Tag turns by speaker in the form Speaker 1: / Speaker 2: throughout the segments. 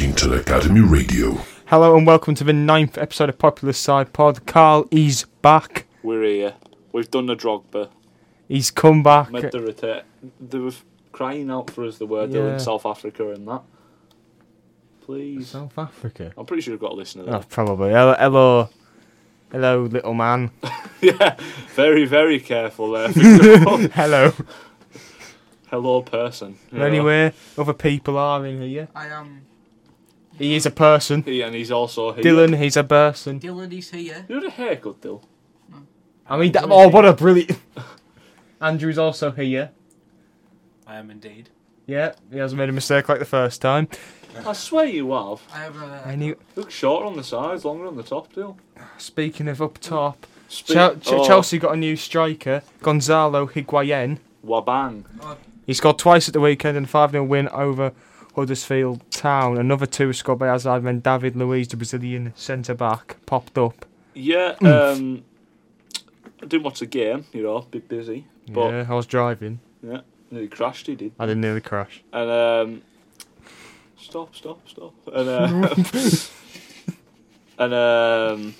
Speaker 1: Academy Radio.
Speaker 2: Hello and welcome to the ninth episode of Popular Side Pod. Carl is back.
Speaker 3: We're here. We've done the Drogba.
Speaker 2: He's come back.
Speaker 3: Made the return. They were crying out for us the word
Speaker 2: Yeah.
Speaker 3: doing South Africa and that. Please.
Speaker 2: South Africa.
Speaker 3: I'm pretty sure I've got a listener there.
Speaker 2: Oh, probably. Hello, hello, hello, little man.
Speaker 3: yeah. Very, very careful there. Victor.
Speaker 2: Hello.
Speaker 3: Hello, person. You know.
Speaker 2: Anyway, other people are in here.
Speaker 4: I am
Speaker 2: He is a person.
Speaker 3: He, and he's also here.
Speaker 2: Dylan, he's a person.
Speaker 4: Dylan. He's here.
Speaker 3: You had a haircut, Dill.
Speaker 2: I mean, that, oh, what a brilliant. Andrew's also here.
Speaker 5: I am indeed.
Speaker 2: Yeah, he hasn't made a mistake like the first time.
Speaker 3: I swear you have.
Speaker 4: I have a.
Speaker 2: And he,
Speaker 3: Look shorter on the sides, longer on the top, Dill.
Speaker 2: speaking of up top,
Speaker 3: Speak-
Speaker 2: Chel- Ch-
Speaker 3: oh,
Speaker 2: Chelsea got a new striker, Gonzalo Higuain.
Speaker 3: Wabang.
Speaker 2: He scored twice at the weekend in a 5 0 win over Huddersfield Town. Another two were scored by Hazard when David Luiz, the Brazilian centre back, popped up.
Speaker 3: Yeah.
Speaker 2: Hmm.
Speaker 3: Um, I didn't watch the game, you know, a bit busy. But
Speaker 2: yeah, I was driving.
Speaker 3: yeah nearly crashed, he did.
Speaker 2: I didn't nearly crash.
Speaker 3: and um, stop, stop, stop, and uh, and um,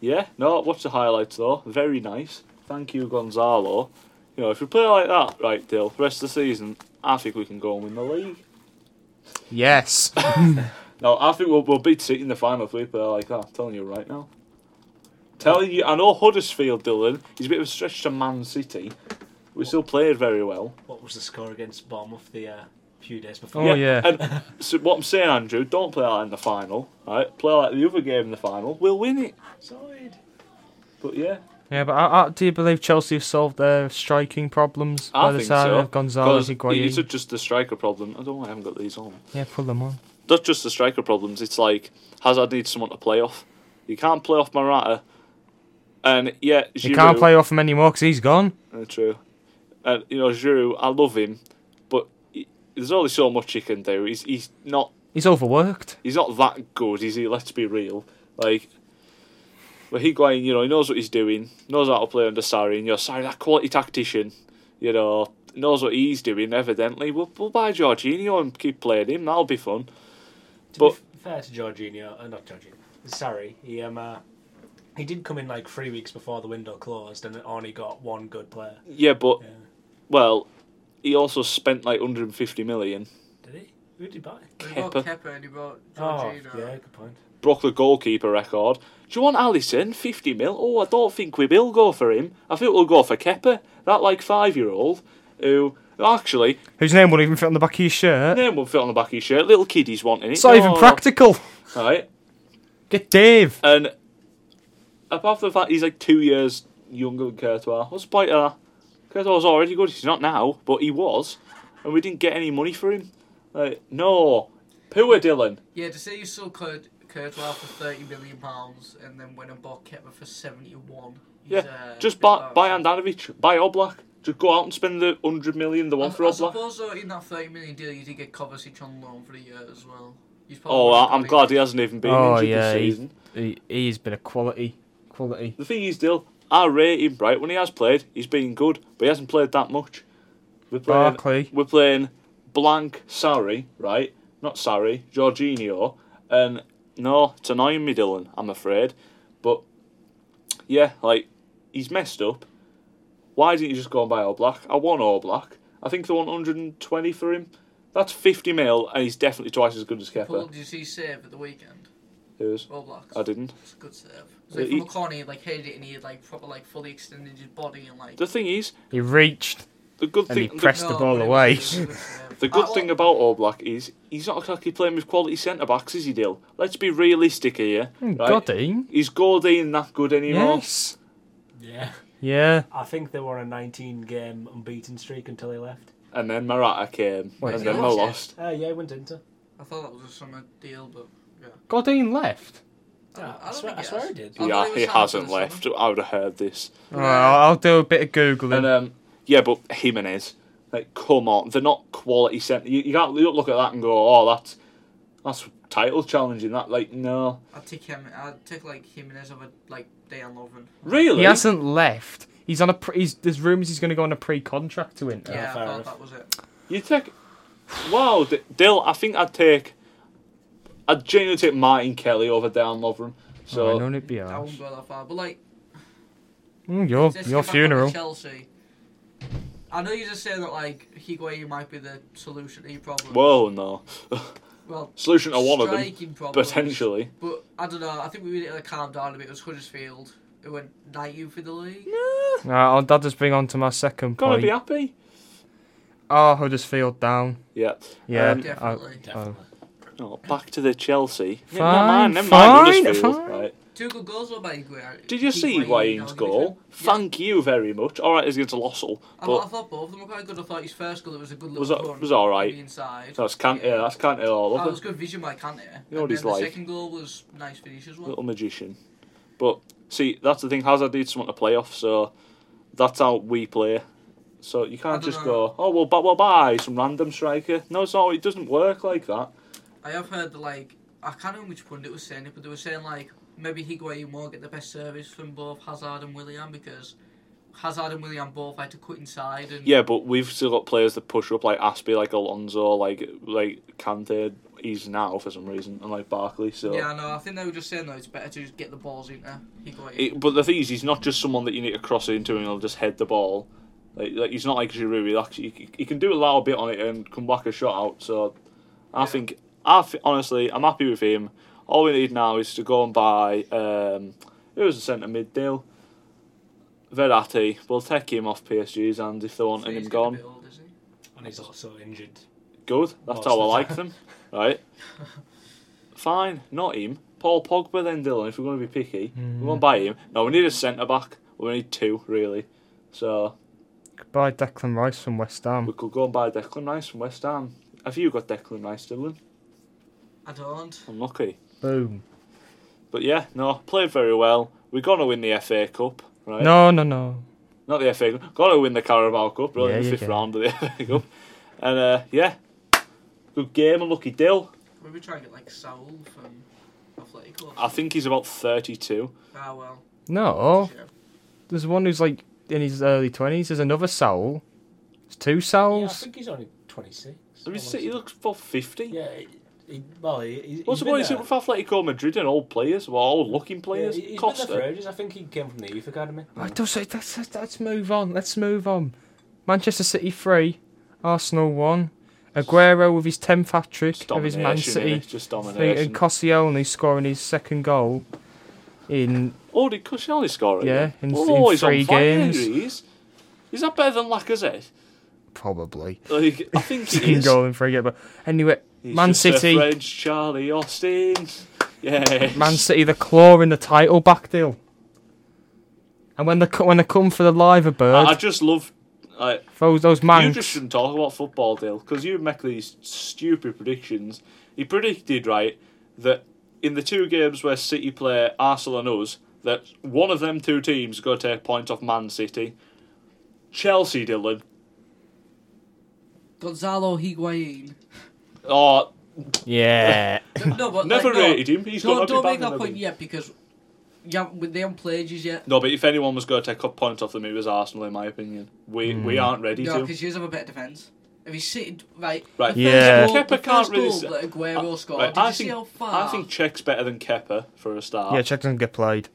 Speaker 3: yeah, no, watch the highlights though. Very nice. Thank you, Gonzalo. You know, if we play like that, right, Dill, rest of the season, I think we can go and win the league.
Speaker 2: Yes.
Speaker 3: No, I think we'll, we'll beat City in the final if we play like that. I'm telling you right now. Telling you, I know Huddersfield, Dylan, he's a bit of a stretch to Man City. We still played very well.
Speaker 5: What was the score against Bournemouth the uh, few days before?
Speaker 2: Oh, yeah.
Speaker 3: And so what I'm saying, Andrew, don't play like in the final. Right, play like the other game in the final. We'll win it.
Speaker 5: Solid.
Speaker 3: But yeah,
Speaker 2: yeah, but I, I, do you believe Chelsea have solved their striking problems
Speaker 3: I
Speaker 2: by the
Speaker 3: think
Speaker 2: side
Speaker 3: so.
Speaker 2: of Gonzalo
Speaker 3: 'Cause These are
Speaker 2: Higuain?
Speaker 3: just the striker problem. I don't. know why I haven't got these on.
Speaker 2: Yeah, pull them on.
Speaker 3: Not just the striker problems. It's like Hazard needs someone to play off. You can't play off Morata, and yeah, Giroud.
Speaker 2: You can't play off him anymore because he's gone.
Speaker 3: Uh, true. And you know, Giroud, I love him, but he, there's only so much he can do. He's he's not
Speaker 2: He's overworked.
Speaker 3: he's not that good, is he? Let's be real. Like, but Higuain, you know, he knows what he's doing, knows how to play under Sarri, and you're Sarri, that quality tactician, you know, knows what he's doing, evidently. We'll, we'll buy Jorginho and keep playing him, that'll be fun.
Speaker 5: To
Speaker 3: But-
Speaker 5: be f- fair to Jorginho, uh, not Jorginho, sorry, he um, uh, he did come in like three weeks before the window closed and only got one good player.
Speaker 3: Yeah, but,
Speaker 5: Yeah.
Speaker 3: well, he also spent like 150 million.
Speaker 5: Did he? Who did he buy?
Speaker 4: He bought
Speaker 3: Kepa.
Speaker 4: Kepa and he bought
Speaker 5: Oh,
Speaker 4: Jorginho.
Speaker 5: yeah, good point.
Speaker 3: Broke the goalkeeper record. Do you want Allison? 50 mil? Oh, I don't think we will go for him. I think we'll go for Kepper, that like five year old, who actually,
Speaker 2: Whose name wouldn't even fit on the back of his shirt.
Speaker 3: name will fit on the back of his shirt. Little kiddies wanting it.
Speaker 2: It's not even
Speaker 3: No.
Speaker 2: practical.
Speaker 3: Right.
Speaker 2: Get Dave.
Speaker 3: And apart from the fact he's like two years younger than Courtois, what's the point of that? Courtois was already good. He's not now, but he was. And we didn't get any money for him. Like, no. Poor Dylan.
Speaker 4: Yeah, to say you sold Kurt, Kurtwell for thirty million pounds and then went and bought Kepa for seventy-one. is,
Speaker 3: Yeah.
Speaker 4: uh,
Speaker 3: Just
Speaker 4: bit
Speaker 3: buy, buy
Speaker 4: embarrassing.
Speaker 3: Andanovic. Buy Oblak. Just go out and spend the 100 million the one for
Speaker 4: I, I
Speaker 3: Oblak.
Speaker 4: suppose though, in that thirty million deal, you did get Kovacic on loan for a year as well. You've probably
Speaker 3: Oh, I- I'm
Speaker 4: got
Speaker 3: glad he hasn't even been
Speaker 2: Oh,
Speaker 3: injured
Speaker 2: yeah,
Speaker 3: this
Speaker 2: he-
Speaker 3: season.
Speaker 2: He, he's been a quality, quality.
Speaker 3: The thing is, Dill, I rate him, right? When he has played, he's been good, but he hasn't played that much. We're playing,
Speaker 2: Barkley.
Speaker 3: We're playing blank Sarri, right? Not Sarri, Jorginho. And no, it's annoying me, Dylan, I'm afraid. But yeah, like, he's messed up. Why didn't you just go and buy All Black? I want All Black. I think they want 120 for him. That's 50 mil, and he's definitely twice as good as
Speaker 4: Paul,
Speaker 3: Kepa.
Speaker 4: did you see his save at the weekend?
Speaker 3: Who's?
Speaker 4: Roblox.
Speaker 3: I didn't.
Speaker 4: It's a good save. It was like
Speaker 3: Uh,
Speaker 4: from
Speaker 3: he-
Speaker 4: a corner, he like hit it and he had like proper like fully extended his body and like.
Speaker 3: The thing is,
Speaker 2: He reached.
Speaker 3: the good
Speaker 2: And he
Speaker 3: thing. the-
Speaker 2: pressed the ball
Speaker 4: but it was
Speaker 2: away.
Speaker 4: a good save.
Speaker 3: The good
Speaker 4: I-
Speaker 3: thing about All Black is he's not exactly playing with quality centre backs, is he, Dill? Let's be realistic here. right?
Speaker 2: Godding.
Speaker 3: Is Gordine that good anymore?
Speaker 2: Hmm, Yes.
Speaker 5: Yeah.
Speaker 2: Yeah.
Speaker 5: I think they were on a 19 game unbeaten streak until he left.
Speaker 3: And then Maratta came,
Speaker 2: Wait,
Speaker 3: and then
Speaker 4: he
Speaker 3: they
Speaker 4: lost
Speaker 3: lost.
Speaker 4: it?
Speaker 5: Uh, yeah, he went into.
Speaker 4: I thought that was a summer deal, but yeah.
Speaker 2: Godding left.
Speaker 4: I don't- I
Speaker 5: I,
Speaker 4: don't
Speaker 5: swear,
Speaker 4: think
Speaker 5: I
Speaker 4: he
Speaker 5: swear
Speaker 4: has.
Speaker 5: he did.
Speaker 4: Oh, no,
Speaker 3: yeah,
Speaker 4: was
Speaker 3: he
Speaker 4: signed for
Speaker 3: hasn't
Speaker 4: the summer.
Speaker 3: left. I would have heard this.
Speaker 2: Right, I'll I'll do a bit of googling.
Speaker 3: And um, yeah, but Jimenez, like, come on, they're not quality centre. You, you can't you don't look at that and go, oh, that's that's title challenging. That like, no,
Speaker 4: I'd take him. I'd take like Jimenez over like Dan Lovren.
Speaker 3: really.
Speaker 2: he hasn't left. He's on a. Pre- he's, there's rumours he's going to go on a pre-contract to Inter.
Speaker 4: Yeah, I
Speaker 5: fair
Speaker 4: thought
Speaker 5: enough.
Speaker 4: that was it.
Speaker 3: You take. Wow, D- Dill, I think I'd take I'd genuinely take Martin Kelly over Dan Lovren. So
Speaker 2: oh, I know it'd be
Speaker 4: I
Speaker 2: ours.
Speaker 4: wouldn't go that far. But like,
Speaker 2: Mm, your
Speaker 4: Just
Speaker 2: your
Speaker 4: if I go to
Speaker 2: funeral.
Speaker 4: Chelsea. I know you're just saying that like Higuain might be the solution to your problem.
Speaker 3: whoa, no
Speaker 4: well,
Speaker 3: solution to one of them
Speaker 4: striking problems.
Speaker 3: potentially.
Speaker 4: But I don't know. I think we need to calm down a bit. It was Huddersfield who went 19 for the league.
Speaker 2: Uh, I'll, that does bring on to my second
Speaker 3: Gonna
Speaker 2: point.
Speaker 3: be happy.
Speaker 2: Oh, Huddersfield down.
Speaker 3: Yeah.
Speaker 2: Yeah. oh,
Speaker 3: Um,
Speaker 4: Definitely.
Speaker 5: Definitely.
Speaker 3: No, back to the Chelsea. Yeah,
Speaker 2: Fine,
Speaker 3: never mind, never
Speaker 2: fine,
Speaker 3: mind Huddersfield,
Speaker 2: fine.
Speaker 3: right.
Speaker 4: Two good goals were by Higuain.
Speaker 3: Did you see
Speaker 4: Higuain, you
Speaker 3: Wayne's
Speaker 4: know,
Speaker 3: goal?
Speaker 4: yeah.
Speaker 3: Thank you very much. All right, it's against Lossell, but
Speaker 4: I, thought- I thought both of them were quite good. I thought his first goal it was a good little
Speaker 3: Was
Speaker 4: run
Speaker 3: that- was all right.
Speaker 4: on the inside.
Speaker 3: that's Kante. Yeah, that's Kante all
Speaker 4: That
Speaker 3: over.
Speaker 4: was good vision by Kante.
Speaker 3: know what
Speaker 4: and
Speaker 3: he's
Speaker 4: then the
Speaker 3: like.
Speaker 4: second goal was nice finish as well.
Speaker 3: little magician. But see, that's the thing. Hazard needs someone to play off, so that's how we play. So you
Speaker 4: I
Speaker 3: can't
Speaker 4: don't
Speaker 3: just
Speaker 4: know.
Speaker 3: go, oh well, but we'll buy some random striker. No, it's not. It doesn't work like that.
Speaker 4: I have heard that, like, I can't remember which pundit was saying it, but they were saying, like, maybe Higuain won't get the best service from both Hazard and Willian because Hazard and Willian both had to cut inside and
Speaker 3: Yeah, but we've still got players that push up like Aspie, like Alonso, like like Kante. He's now for some reason, and like Barkley. So
Speaker 4: Yeah, no, I think they were just saying though it's better to just get the balls into Higuain.
Speaker 3: It, but the thing is, he's not just someone that you need to cross into and he'll just head the ball. Like, like he's not like Giroud. He, actually, he, he can do a little bit on it and come back a shot out. So I
Speaker 4: Yeah.
Speaker 3: think, I th- honestly, I'm happy with him. All we need now is to go and buy. Um, it was a centre mid deal. Verratti. We'll take him off PSG's and if they want
Speaker 4: So he's
Speaker 3: him
Speaker 4: getting a
Speaker 3: gone,
Speaker 4: bit old, is he?
Speaker 5: And he's also injured.
Speaker 3: good. That's
Speaker 5: Most
Speaker 3: how I
Speaker 5: of
Speaker 3: like
Speaker 5: the
Speaker 3: them, right? Fine, not him. Paul Pogba then, Dylan. If we're going to be picky,
Speaker 2: Mm.
Speaker 3: we won't buy him. No, we need a centre back. We need two really. So
Speaker 2: Goodbye, Declan Rice from West
Speaker 3: we
Speaker 2: Ham.
Speaker 3: could go and buy Declan Rice from West Ham. Have you got Declan Rice, Dylan?
Speaker 4: I don't.
Speaker 3: I'm lucky.
Speaker 2: Boom.
Speaker 3: But yeah, no, played very well. We're gonna win the FA Cup, right?
Speaker 2: No, no, no.
Speaker 3: Not the FA Cup. Gonna win the Carabao Cup, really,
Speaker 2: Yeah,
Speaker 3: the
Speaker 2: you
Speaker 3: fifth
Speaker 2: can.
Speaker 3: round of the FA Cup. And uh, yeah, good game and lucky Dill.
Speaker 4: Maybe try and get like Saul from Atletico.
Speaker 3: I think he's about 32.
Speaker 4: Ah well.
Speaker 2: No.
Speaker 4: shit.
Speaker 2: There's one who's like in his early 20s. There's another Saul. There's two
Speaker 5: Yeah, I
Speaker 2: Souls.
Speaker 5: think he's only 26.
Speaker 3: I mean, he looks about 50.
Speaker 5: Yeah, he, he, well, he, he,
Speaker 3: What's
Speaker 5: he's
Speaker 3: the
Speaker 5: been
Speaker 3: point is
Speaker 5: there.
Speaker 3: it with Atletico Madrid and old players, well, old looking
Speaker 5: Yeah,
Speaker 3: players?
Speaker 5: he- he's been there for
Speaker 3: Costa.
Speaker 5: ages. I think he came from the youth academy.
Speaker 2: I don't say that's, that's, let's move on. Let's move on. Manchester City 3, Arsenal 1. Aguero with his 10th hat
Speaker 3: It's
Speaker 2: trick of his
Speaker 3: domination,
Speaker 2: Man
Speaker 3: isn't
Speaker 2: City
Speaker 3: it? just
Speaker 2: three,
Speaker 3: domination.
Speaker 2: and Koscielny scoring his second goal in
Speaker 3: oh, did Koscielny score it?
Speaker 2: Yeah, in-
Speaker 3: oh,
Speaker 2: in
Speaker 3: he's on
Speaker 2: three
Speaker 3: fire,
Speaker 2: games.
Speaker 3: he is. Is that better than Lacazette?
Speaker 2: probably
Speaker 3: Like, I think he
Speaker 2: second
Speaker 3: is.
Speaker 2: goal in three games. But anyway,
Speaker 3: He's
Speaker 2: Man
Speaker 3: just a
Speaker 2: City,
Speaker 3: French Charlie Austin. Yes.
Speaker 2: Man City, the claw in the title back deal. And when they co- when they come for the liver
Speaker 3: I, I
Speaker 2: bird,
Speaker 3: just love. I,
Speaker 2: those those
Speaker 3: you
Speaker 2: man.
Speaker 3: just shouldn't talk about football, Dale, because you make these stupid predictions. He predicted, right, that in the two games where City play Arsenal and us, that one of them two teams go take points off Man City. Chelsea, Dylan.
Speaker 4: Gonzalo Higuain.
Speaker 3: Oh,
Speaker 2: Yeah.
Speaker 4: no, but
Speaker 3: never
Speaker 4: like, no,
Speaker 3: rated him. He's
Speaker 4: don't
Speaker 3: got
Speaker 4: don't make that
Speaker 3: that
Speaker 4: point yet because you haven't, they haven't played you yet.
Speaker 3: No, but if anyone was going to take up points off them, it was Arsenal, in my opinion. We we aren't ready
Speaker 4: No,
Speaker 3: to.
Speaker 4: because you have a better defence. If he's sitting right,
Speaker 3: Right.
Speaker 4: the
Speaker 2: Yeah.
Speaker 4: First goal, the
Speaker 3: Kepa can't
Speaker 4: first
Speaker 3: really
Speaker 4: goal
Speaker 3: say-
Speaker 4: that Aguero scored.
Speaker 3: Uh, Right,
Speaker 4: Did
Speaker 3: I
Speaker 4: you see
Speaker 3: think
Speaker 4: how far?
Speaker 3: I think Czech's better than Kepper for a start.
Speaker 2: yeah, check doesn't get played.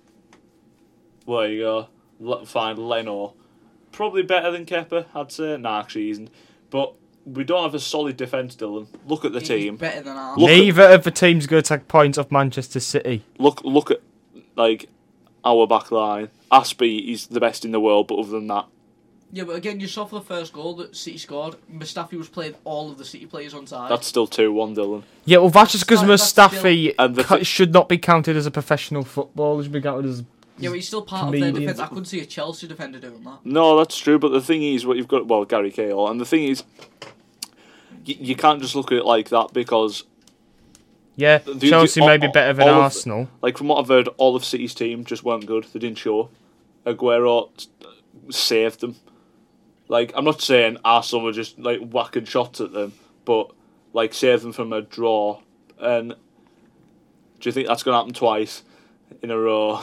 Speaker 3: Well, there you go. L- fine, Leno. Probably better than Kepper, I'd say. Nah, actually, he isn't. But we don't have a solid defence, Dylan. Look at the
Speaker 4: he's
Speaker 3: team.
Speaker 4: better than Arsenal.
Speaker 3: Look at-
Speaker 2: Neither of the teams going to take points off Manchester City.
Speaker 3: Look, look at like our back line. Aspie is the best in the world, but other than that,
Speaker 4: Yeah, but again, you saw for the first goal that City scored. Mustafi was playing all of the City players on side.
Speaker 3: that's still two-one, Dylan.
Speaker 2: Yeah, well, that's just because
Speaker 4: That's- that's
Speaker 2: Mustafi
Speaker 3: And the
Speaker 2: ca-
Speaker 3: thi-
Speaker 2: should not be counted as a professional footballer. Should be counted as
Speaker 4: yeah, but he's still part of their
Speaker 2: Comedians.
Speaker 4: defence. I couldn't see a Chelsea defender doing that.
Speaker 3: No, that's true. But the thing is, what you've got, well, Gary Cahill, and the thing is, y- you can't just look at it like that because
Speaker 2: yeah.
Speaker 3: the-
Speaker 2: Chelsea
Speaker 3: all-
Speaker 2: may be better than
Speaker 3: all of-
Speaker 2: Arsenal.
Speaker 3: Like from what I've heard, all of City's team just weren't good. They didn't show. up. Aguero s- saved them. Like I'm not saying Arsenal were just like whacking shots at them, but like saved them from a draw. And do you think that's going to happen twice in a row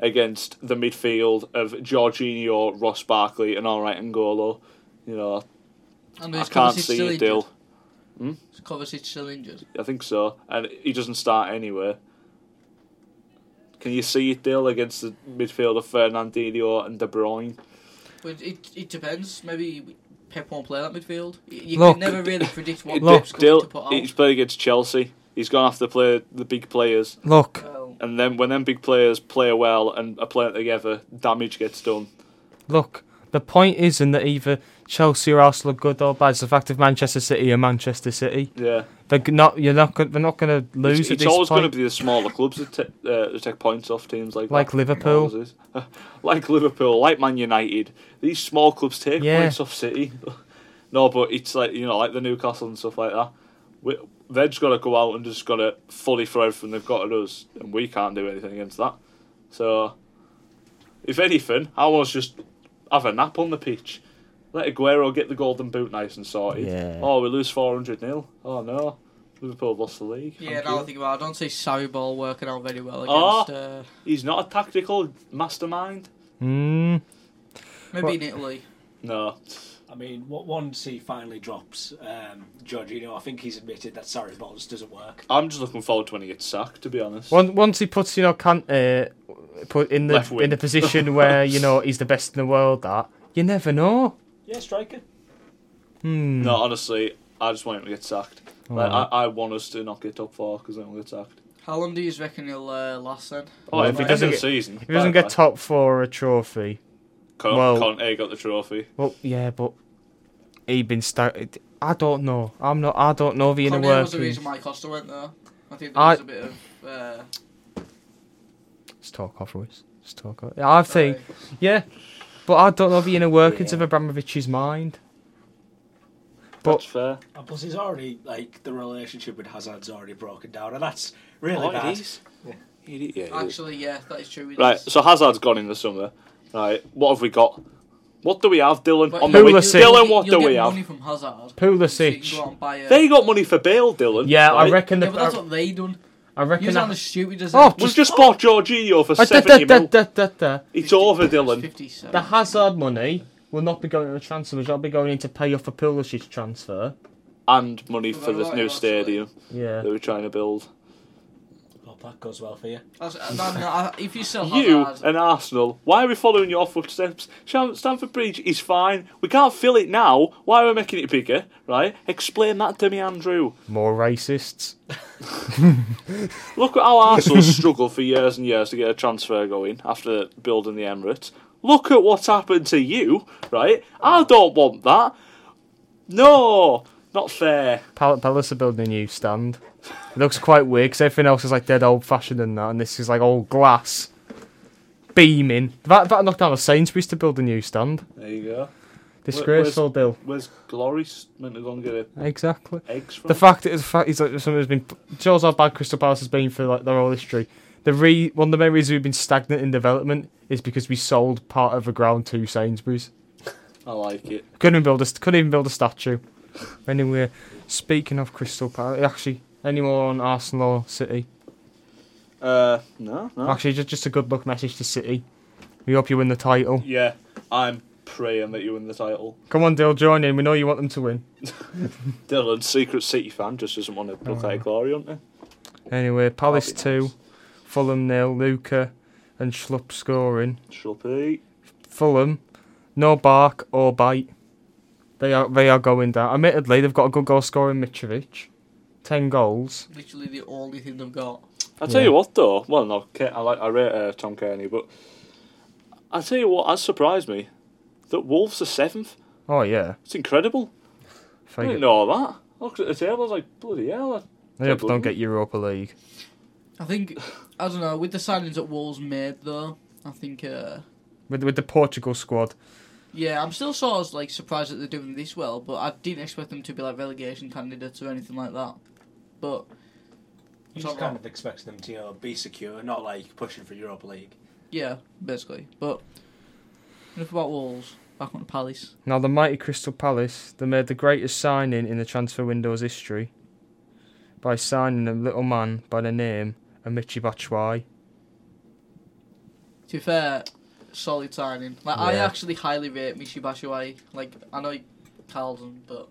Speaker 3: against the midfield of Jorginho, Ross Barkley, and all right N'Golo? You know,
Speaker 4: And
Speaker 3: I
Speaker 4: there's
Speaker 3: can't
Speaker 4: Kovacic
Speaker 3: see
Speaker 4: still
Speaker 3: a
Speaker 4: injured.
Speaker 3: deal. Hmm?
Speaker 4: Is Kovacic still injured?
Speaker 3: I think so. And he doesn't start anywhere. Can you see it deal against the midfielder Fernandinho and De Bruyne?
Speaker 4: But it, it depends. Maybe Pep won't play that midfield. Y- You
Speaker 2: Look.
Speaker 4: can never really predict what
Speaker 2: Look.
Speaker 4: Pep's
Speaker 3: Look,
Speaker 4: going
Speaker 3: Dil,
Speaker 4: to put
Speaker 3: he's
Speaker 4: out.
Speaker 3: playing against Chelsea. He's gonna have to play the big players,
Speaker 2: Look,
Speaker 4: Well,
Speaker 3: and then when them big players play well and are playing together, damage gets done.
Speaker 2: look. The point isn't that either Chelsea or Arsenal are good or bad. It's the fact of Manchester City or Manchester City.
Speaker 3: Yeah,
Speaker 2: They're g- not. You're not. go- They're not going to lose
Speaker 3: it's,
Speaker 2: at
Speaker 3: it's
Speaker 2: this
Speaker 3: always
Speaker 2: point.
Speaker 3: going to be the smaller clubs that, ta- uh, that take points off teams like
Speaker 2: Like
Speaker 3: that.
Speaker 2: Liverpool.
Speaker 3: Always is. like Liverpool, like Man United. These small clubs take
Speaker 2: Yeah.
Speaker 3: points off City. no, but it's like you know, like the Newcastle and stuff like that. We, they've just got to go out and just got to fully throw everything they've got at us, and we can't do anything against that. So, if anything, I was just have a nap on the pitch. Let Aguero get the golden boot nice and sorted.
Speaker 2: Yeah.
Speaker 3: Oh, we lose 400 nil. Oh, no. Liverpool have lost the league.
Speaker 4: yeah,
Speaker 3: Thank
Speaker 4: now
Speaker 3: you.
Speaker 4: I think about it, I don't see Sarri Ball working out very well
Speaker 3: Oh.
Speaker 4: against. Uh,
Speaker 3: He's not a tactical mastermind.
Speaker 2: Mm,
Speaker 4: maybe
Speaker 2: What?
Speaker 4: in Italy.
Speaker 3: No.
Speaker 5: I mean, what once he finally drops um, Jorginho, I think he's admitted that Sarri Ball just doesn't work.
Speaker 3: I'm just looking forward to when he gets sacked, to be honest.
Speaker 2: Once, once he puts, you know, Kante put in the
Speaker 3: Left wing.
Speaker 2: in the position where you know he's the best in the world. That you never know.
Speaker 5: Yeah, striker.
Speaker 2: Hmm.
Speaker 3: No, honestly, I just want him to get sacked.
Speaker 2: Oh,
Speaker 3: Like, I, I want us to not get top four because then we'll get sacked.
Speaker 4: How long do you reckon he'll uh, last then?
Speaker 3: Oh,
Speaker 2: Well,
Speaker 3: if he
Speaker 2: if he doesn't
Speaker 3: doesn't get, season,
Speaker 2: If he doesn't
Speaker 3: bye-bye.
Speaker 2: get top four or a trophy,
Speaker 3: Con-
Speaker 2: well-
Speaker 3: Conte got the trophy.
Speaker 2: well, yeah, but he been started. I don't know. I'm not. I don't know the inner
Speaker 4: Conte was the
Speaker 2: workings.
Speaker 4: reason why Costa went there. I think there
Speaker 2: I-
Speaker 4: was a bit of. Uh,
Speaker 2: Let's talk afterwards. Let's talk. off- I think,
Speaker 4: uh,
Speaker 2: yeah, but I don't know the inner workings
Speaker 5: Yeah.
Speaker 2: of Abramovich's mind. But-
Speaker 3: That's fair.
Speaker 5: And plus, he's already like the relationship with Hazard's already broken down, and that's really
Speaker 3: Oh, it
Speaker 5: bad.
Speaker 3: is. It is- yeah, it is.
Speaker 4: actually, yeah, that is true. it
Speaker 3: Right,
Speaker 4: is.
Speaker 3: so Hazard's gone in the summer. Right, what have we got? What do we have, Dylan?
Speaker 4: But
Speaker 3: on
Speaker 4: you'll
Speaker 3: the week?
Speaker 4: get-
Speaker 2: Pulisic.
Speaker 3: Dylan, what
Speaker 4: you'll
Speaker 3: do we
Speaker 4: get
Speaker 3: have?
Speaker 4: Money from Hazard. So you
Speaker 2: Pulisic.
Speaker 4: can go out and buy a-
Speaker 3: They got money for bail, Dylan.
Speaker 2: Yeah, I
Speaker 3: right?
Speaker 2: reckon.
Speaker 4: Yeah,
Speaker 2: The,
Speaker 4: but that's what they done.
Speaker 2: I, I
Speaker 4: You
Speaker 2: reckon.
Speaker 4: sound
Speaker 2: that-
Speaker 4: as stupid as
Speaker 2: Oh,
Speaker 3: We've just bought Jorginho for
Speaker 2: Oh, da,
Speaker 3: 70
Speaker 2: da,
Speaker 3: mil.
Speaker 2: da, da, da.
Speaker 3: It's over, Dylan.
Speaker 2: The Hazard money will not be going into the transfer. budget, It'll be going in to pay off for Pulisic's transfer.
Speaker 3: And money for
Speaker 4: Well,
Speaker 3: this
Speaker 4: right,
Speaker 3: new
Speaker 4: actually.
Speaker 3: stadium
Speaker 2: Yeah.
Speaker 3: that we're trying to build.
Speaker 5: Hope that goes well for you.
Speaker 4: if you sell
Speaker 3: You
Speaker 4: Hazard,
Speaker 3: and Arsenal, why are we following your footsteps? Sham- Stamford Bridge is fine. We can't fill it now. Why are we making it bigger? Right? Explain that to me, Andrew.
Speaker 2: More racists.
Speaker 3: Look at how Arsenal struggled for years and years to get a transfer going after building the Emirates. Look at what's happened to you, right? I don't want that. No, not fair.
Speaker 2: Pal- Palace are building a new stand. It looks quite weird because everything else is like dead old fashioned and that, and this is like all glass, beaming. That that knocked down a Sainsbury's to build a new stand.
Speaker 3: There you go.
Speaker 2: Disgraceful, Bill.
Speaker 3: Where's Glory meant to go and get
Speaker 2: Exactly.
Speaker 3: eggs from?
Speaker 2: The fact that the fact is like something has been shows how bad Crystal Palace has been for like their whole history. The re one of the main reasons we've been stagnant in development is because we sold part of the ground to Sainsbury's.
Speaker 3: I like it.
Speaker 2: Couldn't even build a couldn't even build a statue. Anyway, speaking of Crystal Palace, actually, any more on Arsenal or City?
Speaker 3: Uh, no, no.
Speaker 2: Actually, just just a good luck message to City. We hope you win the title.
Speaker 3: Yeah, I'm praying that you win the title.
Speaker 2: Come on, Dale, join in. We know you want them to win.
Speaker 3: Dylan, secret City fan, just doesn't want to look at glory, aren't they?
Speaker 2: Anyway, Palace
Speaker 3: That'd be
Speaker 2: two,
Speaker 3: nice.
Speaker 2: Fulham nil. Luca and Schlupp scoring.
Speaker 3: Shruppy.
Speaker 2: Fulham, no bark or bite. They are they are going down. Admittedly, they've got a good goal scorer in Mitrovic, ten goals.
Speaker 4: literally the only thing they've got.
Speaker 3: I tell
Speaker 2: Yeah.
Speaker 3: you what, though. Well, no, Ke- I like I rate uh, Tom Kearney, but I tell you what, that surprised me. That Wolves are seventh.
Speaker 2: Oh yeah,
Speaker 3: It's incredible.
Speaker 2: If
Speaker 3: I
Speaker 2: they
Speaker 3: didn't
Speaker 2: get-
Speaker 3: know that. I looked at the table. I was like, bloody hell. that-
Speaker 2: they hope they don't get Europa League.
Speaker 4: I think I don't know with the signings that Wolves made though. I think uh,
Speaker 2: With with the Portugal squad,
Speaker 4: yeah, I'm still sort of like surprised that they're doing this well, but I didn't expect them to be like relegation candidates or anything like that. But
Speaker 5: You
Speaker 4: It's all
Speaker 5: just kind
Speaker 4: right.
Speaker 5: of expect them to you know, be secure, not like pushing for Europa League.
Speaker 4: yeah, basically. But enough about Wolves. Back on to Palace.
Speaker 2: now the mighty Crystal Palace, they made the greatest signing in the transfer window's history by signing a little man by the name of Michi Batshuayi.
Speaker 4: To be fair, solid signing. Like I
Speaker 2: Yeah.
Speaker 4: actually highly rate Mishi Bashuai. Like I know Carlton, but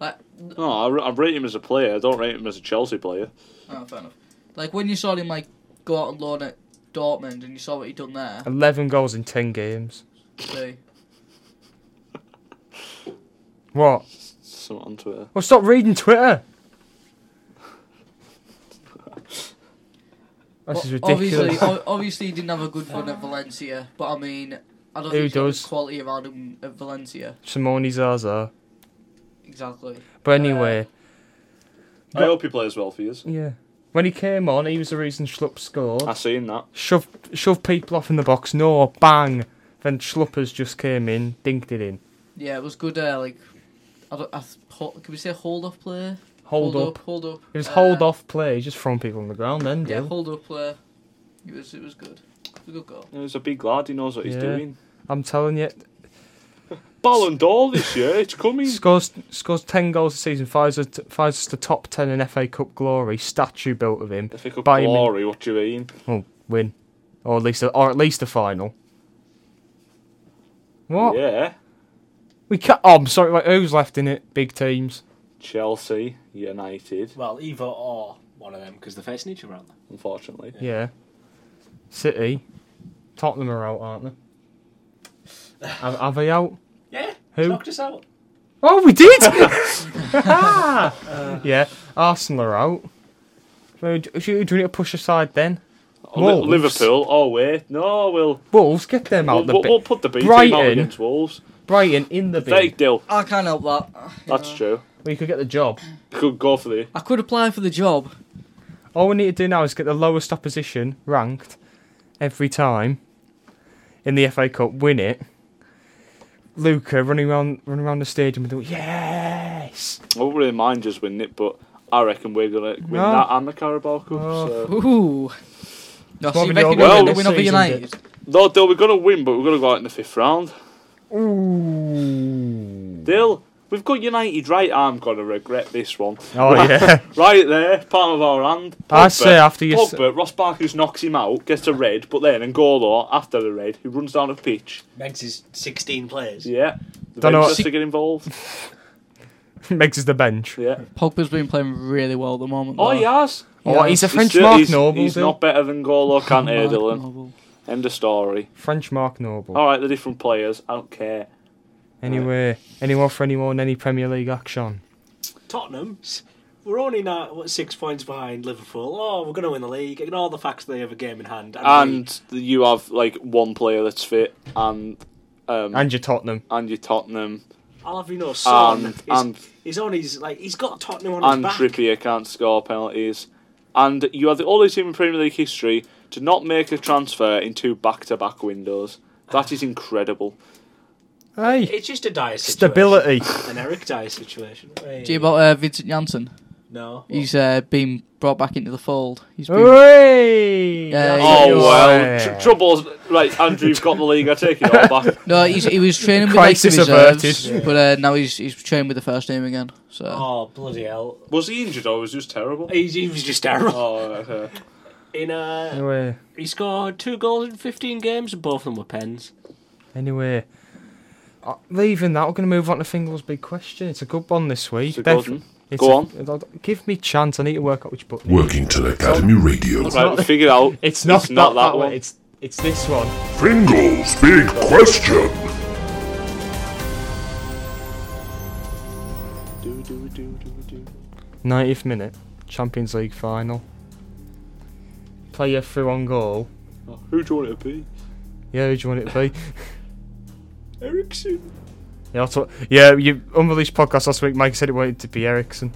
Speaker 4: Like,
Speaker 3: No, I, r- I rate him as a player. I don't rate him as a Chelsea player.
Speaker 4: oh, fair enough. Like when you saw him like go out and loan at Dortmund, and you saw what he done there.
Speaker 2: 11 goals in 10 games.
Speaker 4: See,
Speaker 2: What?
Speaker 3: So on Twitter.
Speaker 2: Well, stop reading Twitter. This is
Speaker 4: Well,
Speaker 2: ridiculous.
Speaker 4: Obviously, o- obviously, he didn't have a good run at Valencia, but I mean, I don't
Speaker 2: Who
Speaker 4: think he had
Speaker 2: does?
Speaker 4: the quality around him at Valencia.
Speaker 2: Simone Zaza.
Speaker 4: Exactly.
Speaker 2: But anyway,
Speaker 3: I hope he plays well for you.
Speaker 2: yeah. When he came on, he was the reason Schlupp scored.
Speaker 3: I seen that.
Speaker 2: Shoved, shoved people off in the box. No, bang. Then Schlupp has just came in, dinked it in.
Speaker 4: Yeah, it was good. Uh, like, I don't. I, th- ho- can we say hold off play?
Speaker 2: Hold, up.
Speaker 4: Hold up.
Speaker 2: It was
Speaker 4: Uh,
Speaker 2: hold off play. He's just throwing people on the ground then,
Speaker 4: Yeah,
Speaker 2: dude.
Speaker 4: hold up play. It was. It was good. It was a good goal.
Speaker 3: He's a big lad. He knows what he's
Speaker 2: Yeah.
Speaker 3: doing.
Speaker 2: I'm telling you.
Speaker 3: Ballon d'Or this year. It's coming.
Speaker 2: Scores scores 10 goals this season. Finds us, finds us the top 10 in FA Cup glory. Statue built of him.
Speaker 3: If they could
Speaker 2: Buy him in.
Speaker 3: glory, what you mean?
Speaker 2: Oh, win. Or at least a, or at least a final. What?
Speaker 3: Yeah.
Speaker 2: We can't. Oh, I'm sorry. Wait, who's left in it? Big teams.
Speaker 3: Chelsea, United,
Speaker 5: Well, either or one of them, because they're facing each other, aren't they?
Speaker 3: unfortunately.
Speaker 2: Yeah. City. Tottenham are out, aren't they? Are, are they out?
Speaker 5: Yeah.
Speaker 2: Who?
Speaker 5: Knocked us out.
Speaker 2: Oh, we did! yeah, Arsenal are out. So, do, do we need to push aside then?
Speaker 3: Oh, Li-
Speaker 2: Wolves.
Speaker 3: Liverpool, oh wait, no, we'll
Speaker 2: Wolves, get them out
Speaker 3: we'll,
Speaker 2: the
Speaker 3: we'll,
Speaker 2: bit.
Speaker 3: we'll put the B team out
Speaker 2: Brighton.
Speaker 3: against Wolves.
Speaker 2: Brighton in the
Speaker 3: Fake
Speaker 2: bin.
Speaker 3: deal.
Speaker 4: I can't help that.
Speaker 3: That's true.
Speaker 2: We could get the job.
Speaker 3: Could go for the
Speaker 4: I could apply for the job.
Speaker 2: All we need to do now is get the lowest opposition ranked every time in the FA Cup, win it. Luca running around, running around the stadium and doing yes.
Speaker 3: I won't really mind us winning it, but I reckon we're gonna win
Speaker 2: No.
Speaker 3: that and the Carabao Cup.
Speaker 2: Oh.
Speaker 3: So.
Speaker 4: Ooh. No, so
Speaker 2: Well,
Speaker 4: you
Speaker 2: we don't
Speaker 4: reckon we're
Speaker 3: win
Speaker 4: gonna
Speaker 3: this
Speaker 4: win over
Speaker 2: season,
Speaker 4: United?
Speaker 3: No, Dill, we're gonna win, but we're gonna go out in the fifth round.
Speaker 2: Ooh.
Speaker 3: Dill, we've got United right. I'm gonna regret this one.
Speaker 2: Oh yeah.
Speaker 3: Right there, palm of our hand.
Speaker 2: I say after you. s-
Speaker 3: Pogba, Ross Barkers knocks him out, gets a red, but then N'Golo, after the red, he runs down a pitch.
Speaker 5: Megs is 16 players.
Speaker 3: Yeah. The
Speaker 2: Dunno
Speaker 3: bench
Speaker 2: what-
Speaker 3: has to get involved.
Speaker 2: Megs is the bench.
Speaker 3: Yeah.
Speaker 4: Pogba's been playing really well at the moment.
Speaker 3: Oh,
Speaker 4: though.
Speaker 3: he has.
Speaker 2: Oh, he's a
Speaker 3: He's
Speaker 2: French
Speaker 3: still-
Speaker 2: Mark
Speaker 3: he's,
Speaker 2: Noble.
Speaker 3: He's
Speaker 2: dude.
Speaker 3: not better than Golo Kante,
Speaker 4: Mark
Speaker 3: Dylan.
Speaker 4: Noble.
Speaker 3: End of story.
Speaker 2: French Mark Noble.
Speaker 3: All right, the different players. I don't care.
Speaker 2: Anyway, anyone for anyone, any Premier League action?
Speaker 5: Tottenham, s- we're only now what, six points behind Liverpool. Oh, we're going to win the league. Ignore the fact that they have a game in hand.
Speaker 3: And you have like one player that's fit, and um, and,
Speaker 2: And your Tottenham.
Speaker 3: your Tottenham
Speaker 5: I'll have you know, Son
Speaker 3: and
Speaker 5: is,
Speaker 3: and
Speaker 5: is on his like he's got Tottenham on
Speaker 3: and
Speaker 5: his back.
Speaker 3: Trippier can't score penalties, and you are the only team in Premier League history to not make a transfer in two back-to-back windows. That is incredible.
Speaker 2: Hey,
Speaker 5: It's just a dire situation.
Speaker 2: stability.
Speaker 5: An Eric dire situation. Hey.
Speaker 4: Do you know about uh, Vincent Janssen?
Speaker 5: No.
Speaker 4: He's uh, been brought back into the fold. He's been
Speaker 2: Uh. Hey.
Speaker 4: Yeah,
Speaker 3: Oh
Speaker 4: yeah.
Speaker 3: well, tr- troubles. Right, Andrew, you've got the league. I take it all back.
Speaker 4: no, he's, he was training with like, the
Speaker 2: Crisis
Speaker 4: reserves,
Speaker 5: averted.
Speaker 4: but uh, now he's he's training with the first team again. So
Speaker 5: Oh bloody hell!
Speaker 3: Was he injured or was he just terrible?
Speaker 5: He, he was just terrible.
Speaker 3: Oh, okay.
Speaker 5: In uh,
Speaker 2: Anyway,
Speaker 5: he scored two goals in 15 games, and both of them were pens.
Speaker 2: anyway. Uh, leaving that, we're going to move on to Fingal's big question. It's a good one this week.
Speaker 3: It's a
Speaker 2: Def-
Speaker 3: good one.
Speaker 2: it's
Speaker 3: Go
Speaker 2: a-
Speaker 3: on.
Speaker 2: I don't- give me chance. I need to work out which button. it is.
Speaker 1: Working till Academy Radio.
Speaker 3: Right, we figured out.
Speaker 2: It's not,
Speaker 3: it's not that, one.
Speaker 2: It's it's this one.
Speaker 1: Fingal's big question.
Speaker 3: Do, do, do, do, do.
Speaker 2: 90th minute, Champions League final. Player through on goal.
Speaker 3: Oh, who do you want it to be?
Speaker 2: Yeah, who do you want it to be?
Speaker 5: Ericsson.
Speaker 2: yeah, I thought- yeah, you unreleased podcast last week. Mike said it wanted to be Ericsson.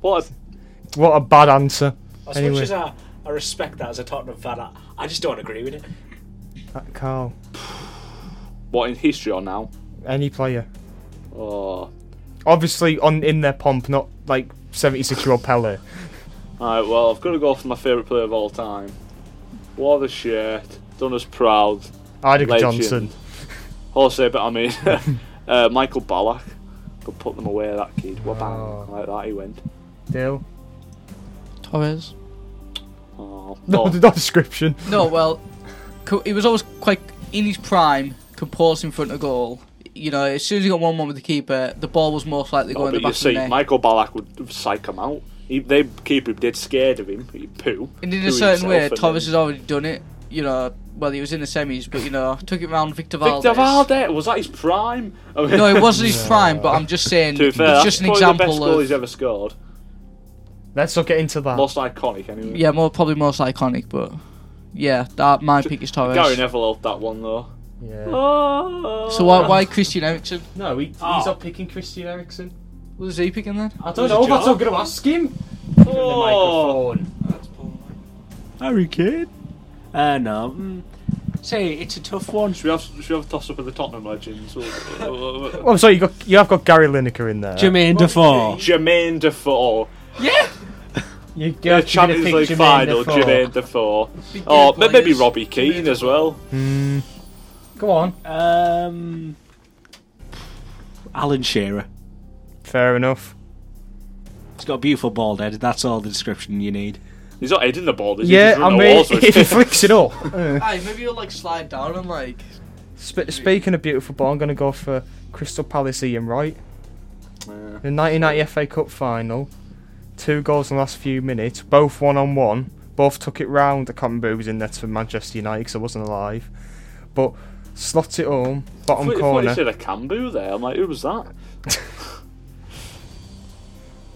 Speaker 3: What? A,
Speaker 2: What a bad answer.
Speaker 5: As
Speaker 2: Anyway.
Speaker 5: much as I, I respect that as a Tottenham fan, I, I just don't agree with it.
Speaker 2: That Carl.
Speaker 3: what in history or now?
Speaker 2: Any player.
Speaker 3: Oh,
Speaker 2: Obviously on in their pomp, not like 76 year old Pele.
Speaker 3: all right. Well, I've got to go for my favourite player of all time. Wore the shirt, done us proud.
Speaker 2: Idick
Speaker 3: Legend.
Speaker 2: Johnson.
Speaker 3: Jose, but I mean, uh, Michael Ballack. But put them away, that kid. What bang
Speaker 2: Oh.
Speaker 3: like that? He went.
Speaker 2: Dill.
Speaker 4: Torres.
Speaker 3: Oh,
Speaker 2: No,
Speaker 3: oh.
Speaker 2: no description.
Speaker 4: No, well, co- he was always quite in his prime, could pause in front of goal. you know, as soon as he got one one with the keeper, the ball was most likely
Speaker 3: Oh,
Speaker 4: going
Speaker 3: but you
Speaker 4: in the back of the
Speaker 3: see,
Speaker 4: net.
Speaker 3: Michael Ballack would psych him out. He, they keep him dead scared of him. He poo.
Speaker 4: And in
Speaker 3: poo
Speaker 4: a certain way,
Speaker 3: himself and
Speaker 4: Torres
Speaker 3: then-
Speaker 4: has already done it. You know, well, he was in the semis, but you know, took it round Victor Valdes.
Speaker 3: Victor Valde was that his prime? I mean,
Speaker 4: No, it wasn't his prime, but I'm just saying,
Speaker 3: to be
Speaker 4: it's
Speaker 3: fair, that's
Speaker 4: just an
Speaker 3: probably the best
Speaker 4: example
Speaker 3: goal
Speaker 4: of Ah.
Speaker 3: he's ever scored.
Speaker 2: Let's not get into that.
Speaker 3: Most iconic, anyway.
Speaker 4: yeah, more probably most iconic, but yeah, that my pick is Torres.
Speaker 3: Gary Neville helped that one though.
Speaker 2: Yeah.
Speaker 3: Oh.
Speaker 4: So why why Christian Eriksen?
Speaker 2: No, he, he's
Speaker 5: Oh.
Speaker 2: not picking Christian Eriksen.
Speaker 4: What was he picking then?
Speaker 2: Ah. I
Speaker 5: Was
Speaker 2: don't
Speaker 5: it
Speaker 2: know. That's what
Speaker 5: Joe?
Speaker 2: I'm going to ask him.
Speaker 3: Oh.
Speaker 5: Harry Kane. Uh, no. mm, Say it's a tough one.
Speaker 3: Should we have should we have a toss up of the Tottenham legends? We'll- we'll- we'll-
Speaker 2: Well, I'm Oh, sorry. You got you have got Gary Lineker in there.
Speaker 5: Jermaine Defoe.
Speaker 3: Jermaine Defoe,
Speaker 2: You
Speaker 3: yeah,
Speaker 2: got
Speaker 3: Champions League final. Jermaine Defoe, oh ma- maybe Robbie Keane as well.
Speaker 2: Go on.
Speaker 5: Um, Alan Shearer.
Speaker 2: Fair enough.
Speaker 5: He's got a beautiful bald head. That's all the description you need.
Speaker 3: He's not heading the ball, is he? He's
Speaker 2: Yeah, I
Speaker 3: running the
Speaker 2: mean,
Speaker 3: walls with
Speaker 2: if he
Speaker 3: his feet.
Speaker 2: flicks it up.
Speaker 4: Aye, maybe he'll like slide down and like.
Speaker 2: Sp- speaking of beautiful ball, I'm going to go for Crystal Palace Ian Wright. The 1990 FA Cup final, two goals in the last few minutes, both one on one. Both took it round. I can't remember who was in there for Manchester United because I wasn't alive. But slots it home,
Speaker 3: I
Speaker 2: bottom
Speaker 3: thought- I thought
Speaker 2: corner.
Speaker 3: you said a Cambu there. I'm like, who was that?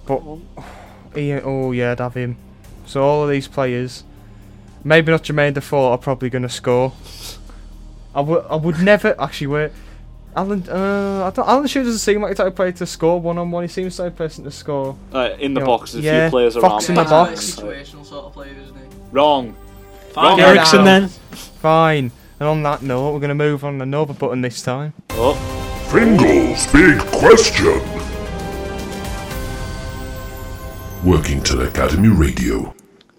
Speaker 2: But Ian, oh yeah, I'd have him. So all of these players, maybe not Jermaine Defoe, are probably going to score. I would, I would never actually wait. Alan, uh, I don't, Alan Shearer doesn't seem like the type of player to score one on one. He seems like a person to score.
Speaker 3: Uh, in the
Speaker 2: Yeah.
Speaker 3: box, there's a
Speaker 2: Yeah,
Speaker 3: few players
Speaker 2: Fox
Speaker 3: around.
Speaker 2: in the
Speaker 4: he's
Speaker 3: that.
Speaker 4: like a
Speaker 2: box.
Speaker 4: Situational sort of player, isn't he?
Speaker 3: Wrong.
Speaker 2: Wrong
Speaker 5: Find Ericsson
Speaker 2: now.
Speaker 5: then.
Speaker 2: Fine. And on that note, we're going to move on another button this time.
Speaker 3: Oh,
Speaker 1: Fingal's big question. Workington Academy Radio.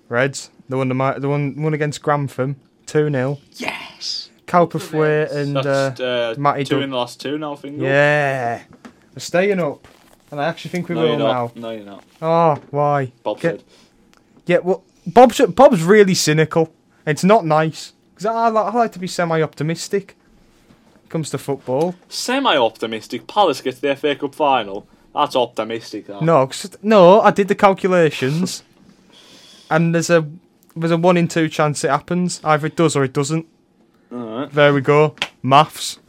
Speaker 2: Reds, the one, the, mi- the one, one against Grantham, two 0 Yes. Cowperthwaite and uh,
Speaker 3: that's uh,
Speaker 2: Matty
Speaker 3: two
Speaker 2: Dun-
Speaker 3: in the last two now. Fingal.
Speaker 2: yeah, we're staying up, and I actually think we
Speaker 3: No,
Speaker 2: will
Speaker 3: you're
Speaker 2: now.
Speaker 3: not. No, you're not.
Speaker 2: Oh, why?
Speaker 3: Bob
Speaker 2: Get-
Speaker 3: said.
Speaker 2: Yeah, well, Bob's Bob's really cynical. It's not nice because I, li- I like to be semi-optimistic. When it comes to football.
Speaker 3: Semi-optimistic. Palace gets the FA Cup final. That's optimistic. That.
Speaker 2: No, 'cause- no, I did the calculations, and there's a there's a one in two chance it happens. Either it does or it doesn't.
Speaker 3: Alright.
Speaker 2: There we go. Maths.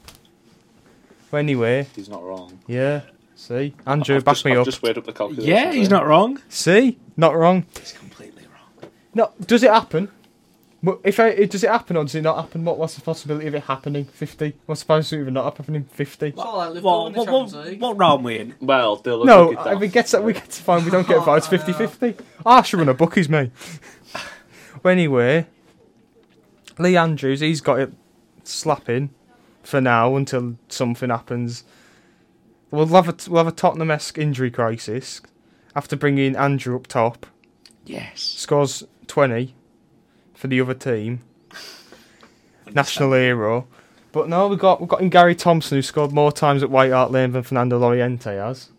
Speaker 2: Well, anyway,
Speaker 3: he's not wrong.
Speaker 2: yeah. See, Andrew,
Speaker 3: I've
Speaker 2: back
Speaker 3: just,
Speaker 2: me
Speaker 3: I've
Speaker 2: up.
Speaker 3: Just weighed up the calculation.
Speaker 5: Yeah, he's not wrong.
Speaker 2: See, not wrong.
Speaker 5: He's completely wrong.
Speaker 2: No, does it happen? Well, If I, does it happen or does it not happen? What what's the possibility of it happening? Fifty. What's the possibility of it not happening? Fifty.
Speaker 4: It's all like Liverpool
Speaker 5: What,
Speaker 4: in the
Speaker 5: what,
Speaker 4: Champions League.
Speaker 5: what, what round we in?
Speaker 3: Well, they'll
Speaker 2: No,
Speaker 3: look at
Speaker 2: I-
Speaker 3: that.
Speaker 2: we get to, we get to find we don't get votes 50 50. I should run a bookies, mate. well, anyway, Lee Andrews, he's got it slapping for now until something happens. We'll have a, t- we'll have a Tottenham esque injury crisis after bringing Andrew up top.
Speaker 5: Yes.
Speaker 2: Scores 20 for the other team. National hero. But no, we've got, we've got in Gary Thompson, who scored more times at White Hart Lane than Fernando Loriente has.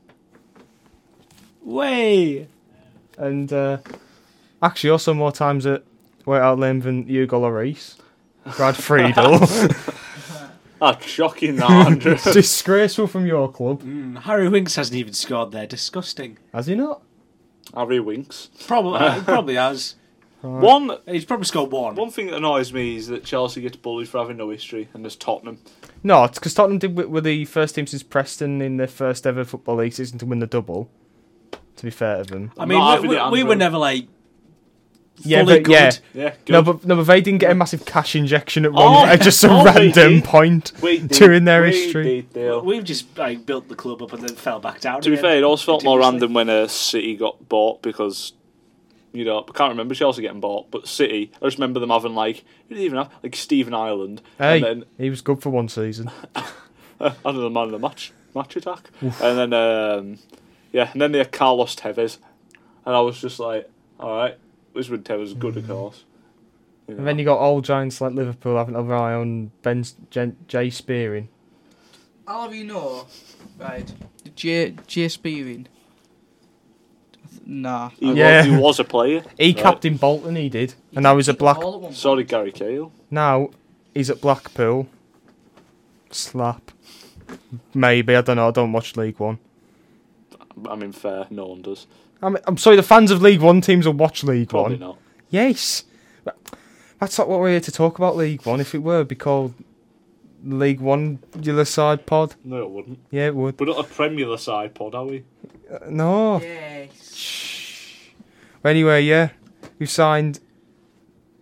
Speaker 5: Way.
Speaker 2: and uh, actually also more times at White Hart Lane than Hugo Lloris. Brad Friedel,
Speaker 3: That's shocking, that Andrew.
Speaker 2: disgraceful from your club,
Speaker 5: Harry Winks hasn't even scored there. Disgusting.
Speaker 2: has he not?
Speaker 3: Harry Winks.
Speaker 5: Probably, probably has.
Speaker 3: One
Speaker 5: He's probably scored one.
Speaker 3: one thing that annoys me is that Chelsea gets bullied for having no history, and there's Tottenham.
Speaker 2: No, because Tottenham did w- were the first team since Preston in their first ever football league season to win the double. To be fair to them,
Speaker 5: I mean,
Speaker 3: Not
Speaker 5: we,
Speaker 3: having it,
Speaker 5: we- we
Speaker 3: Andrew.
Speaker 5: were never like
Speaker 2: yeah,
Speaker 5: fully
Speaker 2: but yeah,
Speaker 5: good.
Speaker 3: Yeah, good.
Speaker 2: no, but no, but they didn't get a massive cash injection at
Speaker 3: Oh,
Speaker 2: one, at just some
Speaker 3: oh, they
Speaker 2: random
Speaker 3: did.
Speaker 2: point
Speaker 3: We did-
Speaker 2: during their
Speaker 3: we
Speaker 2: history.
Speaker 3: did deal.
Speaker 5: We've just like built the club up and then fell back down.
Speaker 3: To be
Speaker 5: again.
Speaker 3: fair, it also felt more
Speaker 5: Continuously.
Speaker 3: random when uh, City got bought because, you know, I can't remember Chelsea getting bought, but City, I just remember them having like, who did they even have? Like Stephen Ireland.
Speaker 2: Hey,
Speaker 3: And then,
Speaker 2: he was good for one season.
Speaker 3: uh, I don't know, man of the match, match attack. And then, um, yeah, and then they had Carlos Tevez. And I was just like, alright, this when Tevez was good,
Speaker 2: Mm.
Speaker 3: of course. You know.
Speaker 2: And then you got old giants like Liverpool having an eye on Ben J, Jay Spearing.
Speaker 4: I'll have you know, right? J J Spearing. Nah.
Speaker 3: he,
Speaker 2: Yeah.
Speaker 3: was, he was a player.
Speaker 2: He
Speaker 3: Right.
Speaker 2: captain Bolton, he did, and now he's at Black.
Speaker 4: All at once.
Speaker 3: Sorry, Gary Cahill.
Speaker 2: Now he's at Blackpool. Slap. Maybe I don't know. I don't watch League One.
Speaker 3: I mean, fair. No one does.
Speaker 2: I'm, I'm sorry. The fans of League One teams will watch League
Speaker 3: Probably
Speaker 2: One.
Speaker 3: not.
Speaker 2: Yes, But that's not what we're here to talk about. League One. If it were, it'd be called League One Yellow Side Pod.
Speaker 3: No, it wouldn't.
Speaker 2: Yeah, it would.
Speaker 3: We're not a Premier side pod, are we?
Speaker 2: Uh, No.
Speaker 4: Yes.
Speaker 2: Anyway, yeah, we've signed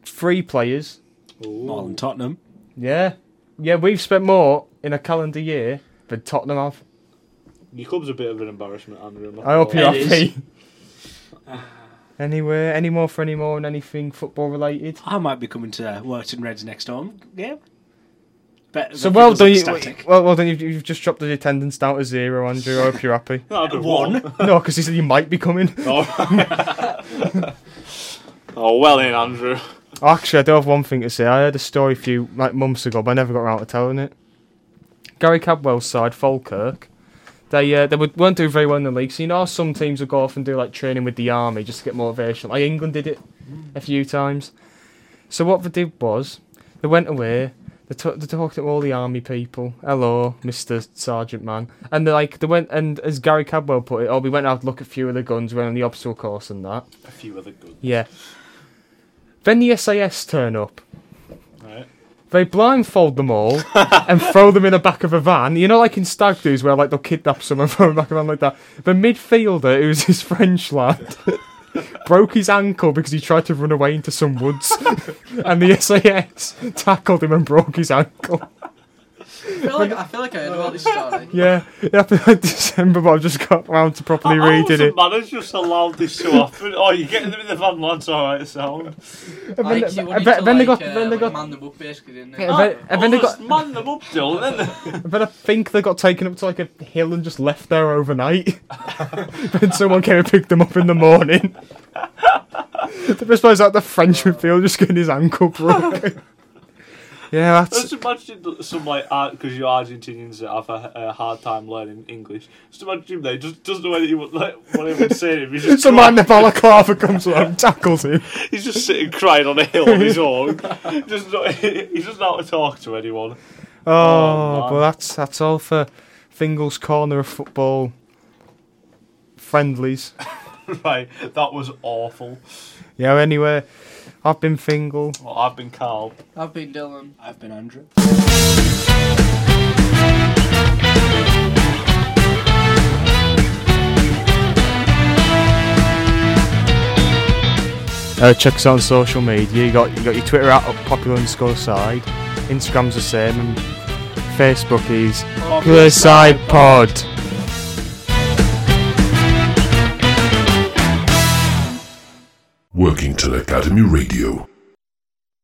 Speaker 2: three players.
Speaker 3: Ooh.
Speaker 6: More than Tottenham.
Speaker 2: Yeah, yeah, we've spent more in a calendar year than Tottenham have.
Speaker 3: Your club's a bit of an embarrassment, Andrew. I'm not
Speaker 2: I hope
Speaker 3: gonna
Speaker 2: you're
Speaker 3: lie.
Speaker 5: It
Speaker 2: happy. Anyway, any more for any more and anything football related?
Speaker 6: I might be coming to Workton Reds next home game. Bet
Speaker 2: So
Speaker 6: that
Speaker 2: well
Speaker 6: feels
Speaker 2: done, you,
Speaker 6: ecstatic.
Speaker 2: well, well done. You've, you've just dropped the attendance down to zero, Andrew. I hope you're happy.
Speaker 3: No, I've been
Speaker 6: One.
Speaker 2: no, because he said you might be coming.
Speaker 3: All right. oh, well in, Andrew.
Speaker 2: Actually, I do have one thing to say. I heard a story a few like months ago, but I never got around to telling it. Gary Cadwell's side, Falkirk, they uh, they would- weren't doing very well in the league. So you know, how some teams would go off and do like training with the army just to get motivation. Like England did it a few times. So what they did was they went away. They, t- they talked to all the army people. Hello, Mister Sergeant Man, and they like they went and as Gary Cadwell put it, oh, we went and had a look at a few of the guns, we went on the obstacle course and that.
Speaker 3: A few other good.
Speaker 2: Yeah. Then the SAS turn up.
Speaker 3: Right.
Speaker 2: They blindfold them all and throw them in the back of a van. You know, like in Stag Do's where like they'll kidnap someone, throw them back of a van like that. The midfielder, who's this French lad, broke his ankle because he tried to run away into some woods, and the SAS tackled him and broke his ankle.
Speaker 4: I feel like I feel like I heard about this story.
Speaker 2: Yeah, it happened in December, but I've just got round to properly
Speaker 3: How has
Speaker 2: reading
Speaker 3: the
Speaker 2: it.
Speaker 3: manager just allowed this to happen? Oh, you're getting them in the van, lads. All right, sound.
Speaker 2: And
Speaker 4: Like,
Speaker 2: then,
Speaker 4: you
Speaker 2: and
Speaker 4: wanted
Speaker 2: then-
Speaker 4: to,
Speaker 2: then they got,
Speaker 4: like, uh,
Speaker 2: then they
Speaker 4: like,
Speaker 2: got,
Speaker 4: man them up basically, didn't they?
Speaker 2: and then- and then they
Speaker 3: Oh,
Speaker 2: got,
Speaker 3: just man them up, Dylan. Then
Speaker 2: But I think they got taken up to like a hill and just left there overnight. then someone came and picked them up in the morning. the best part is that the French midfielder just getting his ankle broken. yeah, that's
Speaker 3: Just imagine some like because you Argentinians that have a, a hard time learning English. Just imagine him there, just doesn't know anyone like what anyone's saying. to him. He's just,
Speaker 2: some man in
Speaker 3: crying,
Speaker 2: the balaclava comes along, tackles him.
Speaker 3: he's just sitting crying on a hill on his own. just not, he doesn't know how to talk to anyone.
Speaker 2: Oh,
Speaker 3: Oh,
Speaker 2: but
Speaker 3: man.
Speaker 2: that's that's all for Fingal's corner of football friendlies.
Speaker 3: Right, that was awful.
Speaker 2: Yeah. Anyway, I've been Fingal.
Speaker 3: Well, I've been Carl.
Speaker 4: I've been Dylan.
Speaker 6: I've been Andrew.
Speaker 2: Uh, check us out on social media. You got you got your Twitter at popular underscore side, Instagram's the same, and Facebook is Popular Side Pod.
Speaker 1: Working Till Academy Radio.